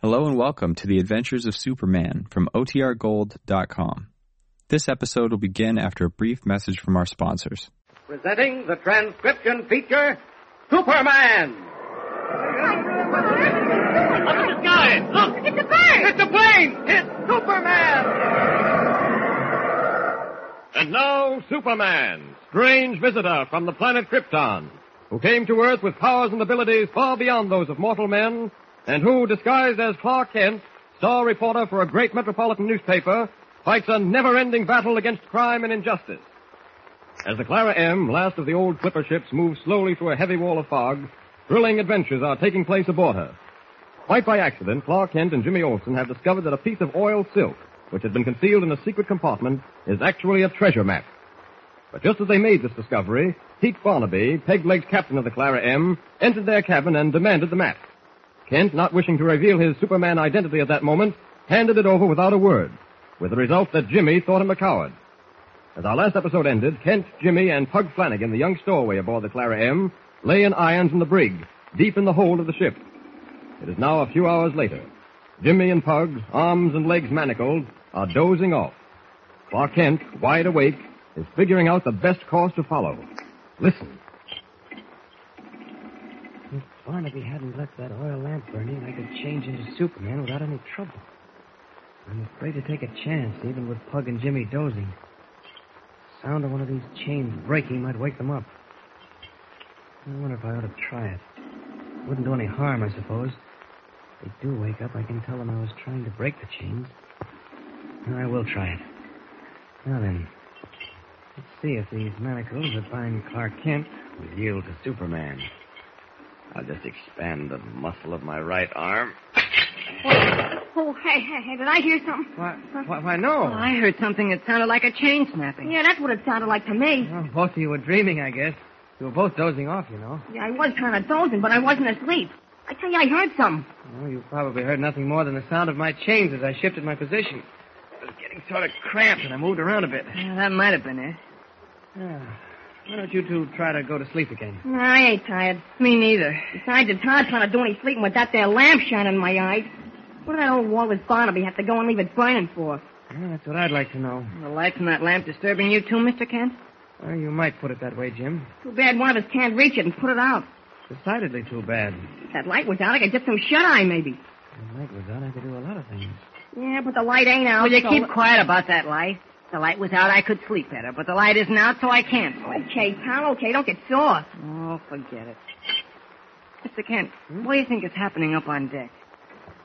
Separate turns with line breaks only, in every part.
Hello and welcome to the Adventures of Superman from OTRGold.com. This episode will begin after a brief message from our sponsors.
Presenting the transcription feature Superman! Look at the sky! Look! It's a plane! It's a plane! It's Superman!
And now, Superman, strange visitor from the planet Krypton, who came to Earth with powers and abilities far beyond those of mortal men, and who, disguised as Clark Kent, star reporter for a great metropolitan newspaper, fights a never-ending battle against crime and injustice. As the Clara M, last of the old clipper ships, moves slowly through a heavy wall of fog, thrilling adventures are taking place aboard her. Quite by accident, Clark Kent and Jimmy Olsen have discovered that a piece of oil silk, which had been concealed in a secret compartment, is actually a treasure map. But just as they made this discovery, Pete Barnaby, Peg Leg's captain of the Clara M, entered their cabin and demanded the map. Kent, not wishing to reveal his Superman identity at that moment, handed it over without a word, with the result that Jimmy thought him a coward. As our last episode ended, Kent, Jimmy, and Pug Flanagan, the young stowaway aboard the Clara M, lay in irons in the brig, deep in the hold of the ship. It is now a few hours later. Jimmy and Pug, arms and legs manacled, are dozing off. Clark Kent, wide awake, is figuring out the best course to follow. Listen.
If Barnaby hadn't left that oil lamp burning, I could change into Superman without any trouble. I'm afraid to take a chance, even with Pug and Jimmy dozing. Sound of one of these chains breaking might wake them up. I wonder if I ought to try it. Wouldn't do any harm, I suppose. If they do wake up, I can tell them I was trying to break the chains. No, I will try it. Now then, let's see if these manacles that bind Clark Kent will yield to Superman. I'll just expand the muscle of my right arm.
Oh, hey, hey, hey, did I hear something?
Why, why, why no.
Oh, I heard something that sounded like a chain snapping.
Yeah, that's what it sounded like to me.
Well, both of you were dreaming, I guess. You were both dozing off, you know.
Yeah, I was kind of dozing, but I wasn't asleep. I tell you, I heard something.
Well, you probably heard nothing more than the sound of my chains as I shifted my position. I was getting sort of cramped and I moved around a bit.
Yeah, that might have been it.
Ah, why don't you two try to go to sleep again?
No, I ain't tired.
Me neither.
Besides, it's hard trying to do any sleeping with that there lamp shining in my eyes. What did that old Wallace Barnaby have to go and leave it burning for?
Well, Ah, that's what I'd like to know.
The light from that lamp disturbing you too, Mr. Kent?
Well, you might put it that way, Jim.
Too bad one of us can't reach it and put it out.
Decidedly too bad.
If that light was out, I could get some shut eye, maybe.
If the light was out, I could do a lot of things.
Yeah, but the light ain't out.
Will you
so-
keep quiet about that light? If The light was out, I could sleep better, but the light isn't out, so I can't sleep.
Okay, pal, okay, don't get sore.
Oh, forget it. Mr. Kent, what do you think is happening up on deck?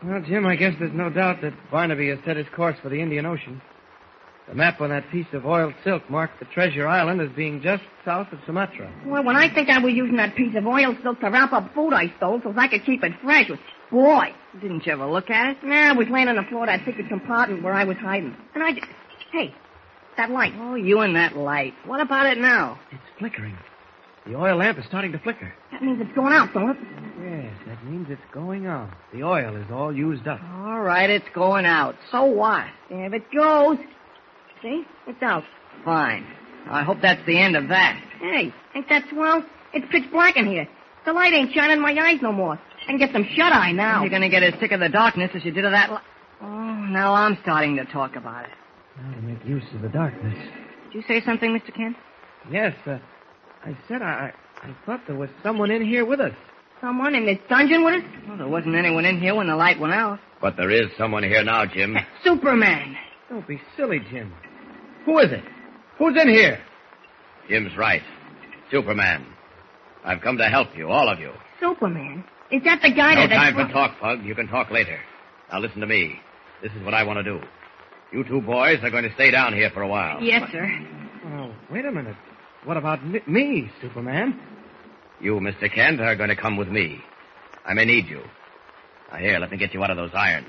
Well, Jim, I guess there's no doubt that Barnaby has set his course for the Indian Ocean. The map on that piece of oiled silk marked the treasure island as being just south of Sumatra.
Well, when I think I was using that piece of oil silk to wrap up food I stole so I could keep it fresh, boy,
Didn't you ever look at it?
Nah, I was laying on the floor of that secret compartment where I was hiding. And I just... Hey, that light.
Oh, you and that light. What about it now?
It's flickering. The oil lamp is starting to flicker.
That means it's going out, don't it?
Yes, that means it's going out. The oil is all used up.
All right, it's going out. So what?
There it goes. See? It's out.
Fine. I hope that's the end of that.
Hey, ain't that swell? It's pitch black in here. The light ain't shining in my eyes no more. I can get some shut-eye now.
You're going to get as sick of the darkness as you did of that. Li- oh, now I'm starting to talk about it.
Now to make use of the darkness.
Did you say something, Mr. Kent?
Yes, uh, I said I, I I thought there was someone in here with us.
Someone in this dungeon with us?
Well, there wasn't anyone in here when the light went out.
But there is someone here now, Jim.
Superman.
Don't be silly, Jim. Who is it? Who's in here?
Jim's right. Superman. I've come to help you, all of you.
Superman? Is that the guy
No
that...
time for talk, Pug. You can talk later. Now listen to me. This is what I want to do. You two boys are going to stay down here for a while.
Yes, sir.
Oh, wait a minute. What about m- me, Superman?
You, Mr. Kent, are going to come with me. I may need you. Now here, let me get you out of those irons.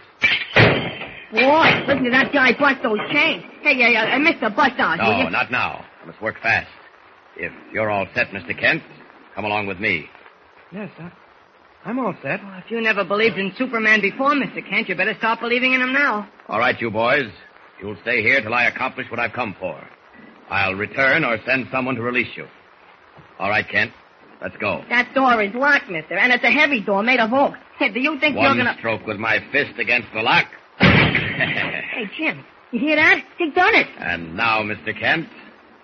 Boy, listen to that guy bust those chains. Hey, uh, yeah, yeah, Mr. Bust Out, will
No,
you?
not now. I must work fast. If you're all set, Mr. Kent, come along with me.
Yes, I, I'm all set.
Well, if you never believed in Superman before, Mr. Kent, you better stop believing in him now.
All right, you boys. You'll stay here till I accomplish what I've come for. I'll return or send someone to release you. All right, Kent.
Let's go.
That door is locked, mister, and it's a heavy door made of oak. Hey, do you think you're
One
gonna...
stroke with my fist against the lock.
Hey, Jim, you hear that? He done it.
and now, Mr. Kent,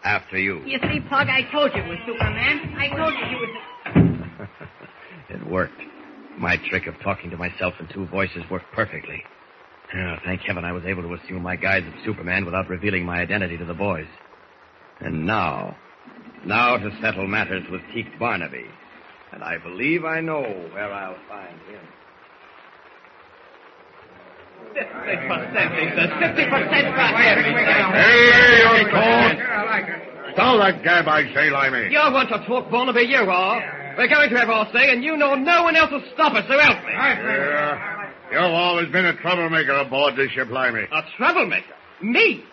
after you.
You see, Pug, I told you it was Superman. I told you you was...
It worked. My trick of talking to myself in two voices worked perfectly. Ah, thank heaven I was able to assume my guise of Superman without revealing my identity to the boys. And now, now to settle matters with Teak Barnaby. And I believe I know where I'll find him.
50%, he says. 50% right
Hey, you cold. Tell that gab I say, Limey.
You want to talk, Barnaby, you are. We're going to have our say, and you know no one else will stop us, so help me.
Yeah. You've always been a troublemaker aboard this ship, Limey.
A troublemaker? Me?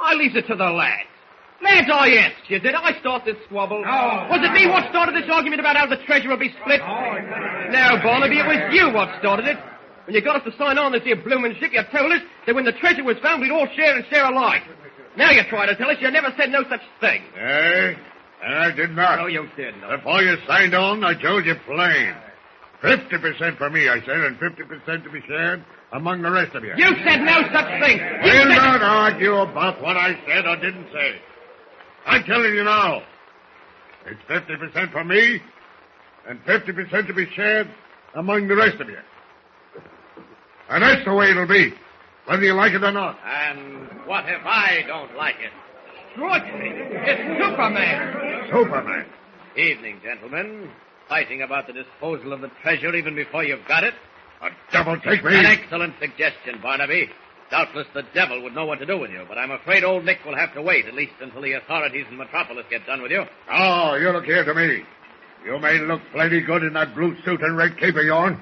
I leaves it to the lads. Lads, I asked you, did I start this squabble? Was it me what started this argument about how the treasure will be split? No, Barnaby, it was you what started it. When you got us to sign on this here bloomin' ship, you told us that when the treasure was found, we'd all share and share alike. Now you try to tell us you never said no such thing.
Hey, Eh? and I did not.
No, you did not.
Before you signed on, I told you plain. 50% for me, I said, and 50% to be shared among the rest of you.
You said no such thing. You
We'll
said-
not argue about what I said or didn't say. I'm telling you now. It's 50% for me and 50% to be shared among the rest of you. And that's the way it'll be, whether you like it or not.
And what if I don't like it?
Strike me. It's Superman.
Superman.
Evening, gentlemen. Fighting about the disposal of the treasure even before you've got it?
A double take me.
An excellent suggestion, Barnaby. Doubtless the devil would know what to do with you, but I'm afraid old Nick will have to wait, at least until the authorities in Metropolis get done with you.
Oh, you look here to me. You may look plenty good in that blue suit and red cape of yours,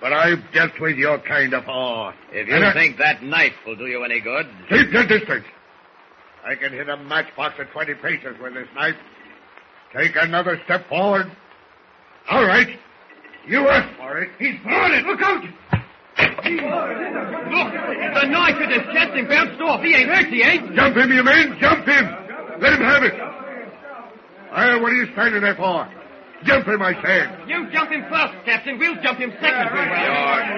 but I've dealt with your kind of all.
If you
And I-
think that knife will do you any good,
Keep your distance. I can hit a matchbox at 20 paces with this knife. Take another step forward. All right. You asked for it. He's brought it. Look out.
Look, the knife in his chest and bounced off. He ain't hurt, he ain't.
Jump him, you men. Jump him. Let him have it. Well, what are you standing there for? Jump him, I said.
You jump him first, Captain. We'll jump him second.
your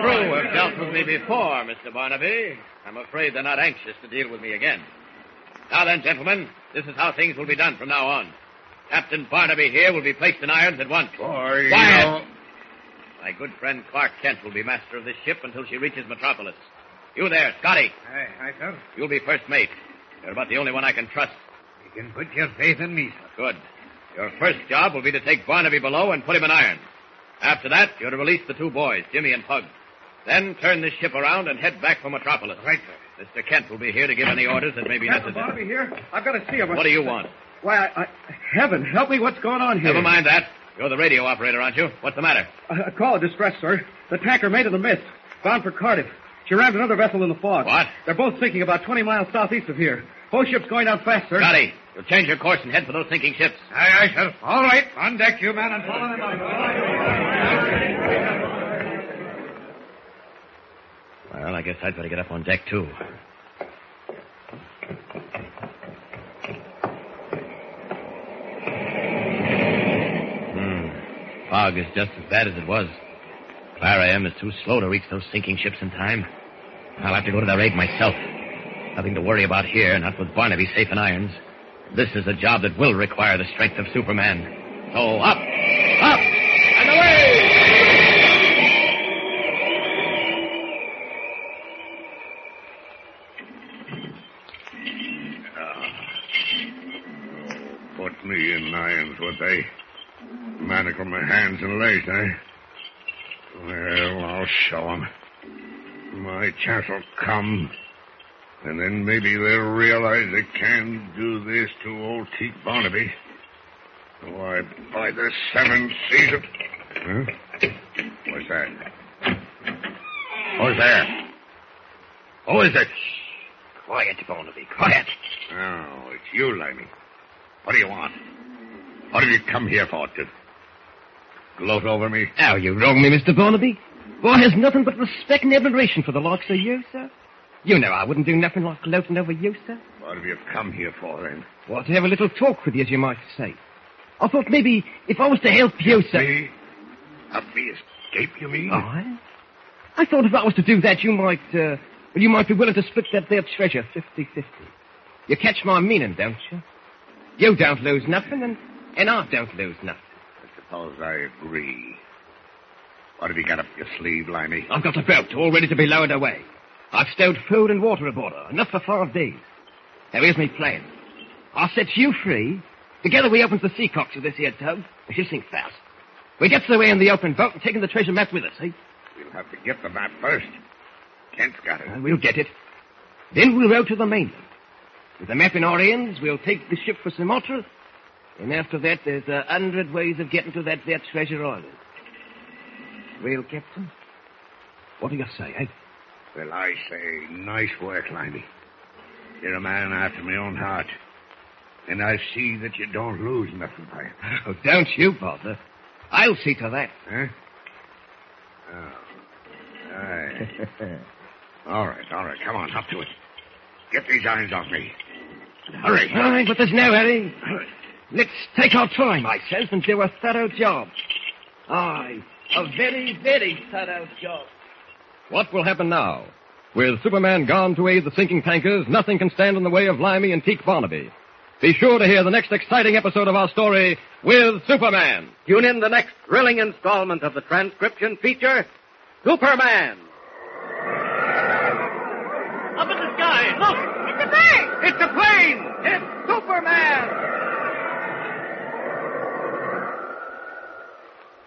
crew have dealt with me before, Mr. Barnaby. I'm afraid they're not anxious to deal with me again. Now then, gentlemen, this is how things will be done from now on. Captain Barnaby here will be placed in irons at once.
Boy, you
Quiet.
know-
My good friend Clark Kent will be master of this ship until she reaches Metropolis. You there, Scotty.
Aye, aye, sir.
You'll be first mate. You're about the only one I can trust.
You can put your faith in me, sir.
Good. Your first job will be to take Barnaby below and put him in irons. After that, you're to release the two boys, Jimmy and Pug. Then turn this ship around and head back for Metropolis.
Right, sir.
Mr. Kent will be here to give any orders that may be necessary.
here. I've got to see him.
What do you want?
Why, I, I, heaven help me, what's going on here?
Never mind that. You're the radio operator, aren't you? What's the matter?
A, a call of distress, sir. The tanker made of the mist, bound for Cardiff. She rammed another vessel in the fog.
What?
They're both sinking about 20 miles southeast of here. Both ships going down fast, sir.
Scotty, you'll change your course and head for those sinking ships.
Aye, aye, sir. All right. On deck, you men, and follow them out.
Well, I guess I'd better get up on deck, too. Hmm. Fog is just as bad as it was. Clara M is too slow to reach those sinking ships in time. I'll have to go to their aid myself. Nothing to worry about here, not with Barnaby safe in irons. This is a job that will require the strength of Superman. So up, up, and away!
Put me in irons, would they? Manacle my hands and legs, eh? Well, I'll show 'em. My chance will come. And then maybe they'll realize they can do this to old Teak Barnaby. Why, by the seven seas of... Huh? What's that? Who's there? Who Oh, is it?
Quiet, Barnaby, quiet.
Oh, it's you, Limey. What do you want? What have you come here for, to gloat over me?
Now, you wrong me, Mr. Barnaby. Boy, has nothing but respect and admiration for the likes of you, sir. You know I wouldn't do nothing like gloating over you, sir.
What have you come here for, then?
What to have a little talk with you, as you might say. I thought maybe if I was to help you, sir.
Me? Help me escape, you mean?
Oh, I, I thought if I was to do that, you might, uh, well, you might be willing to split that there treasure 50-50. You catch my meaning, don't you? You don't lose nothing, and, and I don't lose nothing.
I suppose I agree. What have you got up your sleeve, Limey?
I've got a boat all ready to be lowered away. I've stowed food and water aboard her, enough for five days. Now here's my plan. I'll set you free. Together we opens the sea cocks of this here tug. and She'll sink fast. We gets away in the open boat and taking the treasure map with us, eh? see?
We'll have to get the map first. Kent's got it.
Uh, we'll get it. Then we'll row to the mainland. With the map in our hands, we'll take the ship for Sumatra. And after that, there's a hundred ways of getting to that there treasure island. Well, Captain, what do you say, eh?
Well, I say, nice work, Limey. You're a man after my own heart. And I see that you don't lose nothing by it.
Oh, don't you bother. I'll see to that.
Huh? Oh. Aye. all right, all right. Come on, hop to it. Get these irons off me. Hurry.
All right, but there's no hurry. Let's take our time, I says, and do a thorough job. Aye, a very, very thorough job.
What will happen now? With Superman gone to aid the sinking tankers, nothing can stand in the way of Limey and Teak Barnaby. Be sure to hear the next exciting episode of our story with Superman.
Tune in the next thrilling installment of the transcription feature, Superman.
Up in the sky, look! It's a bird! It's a plane! It's Superman!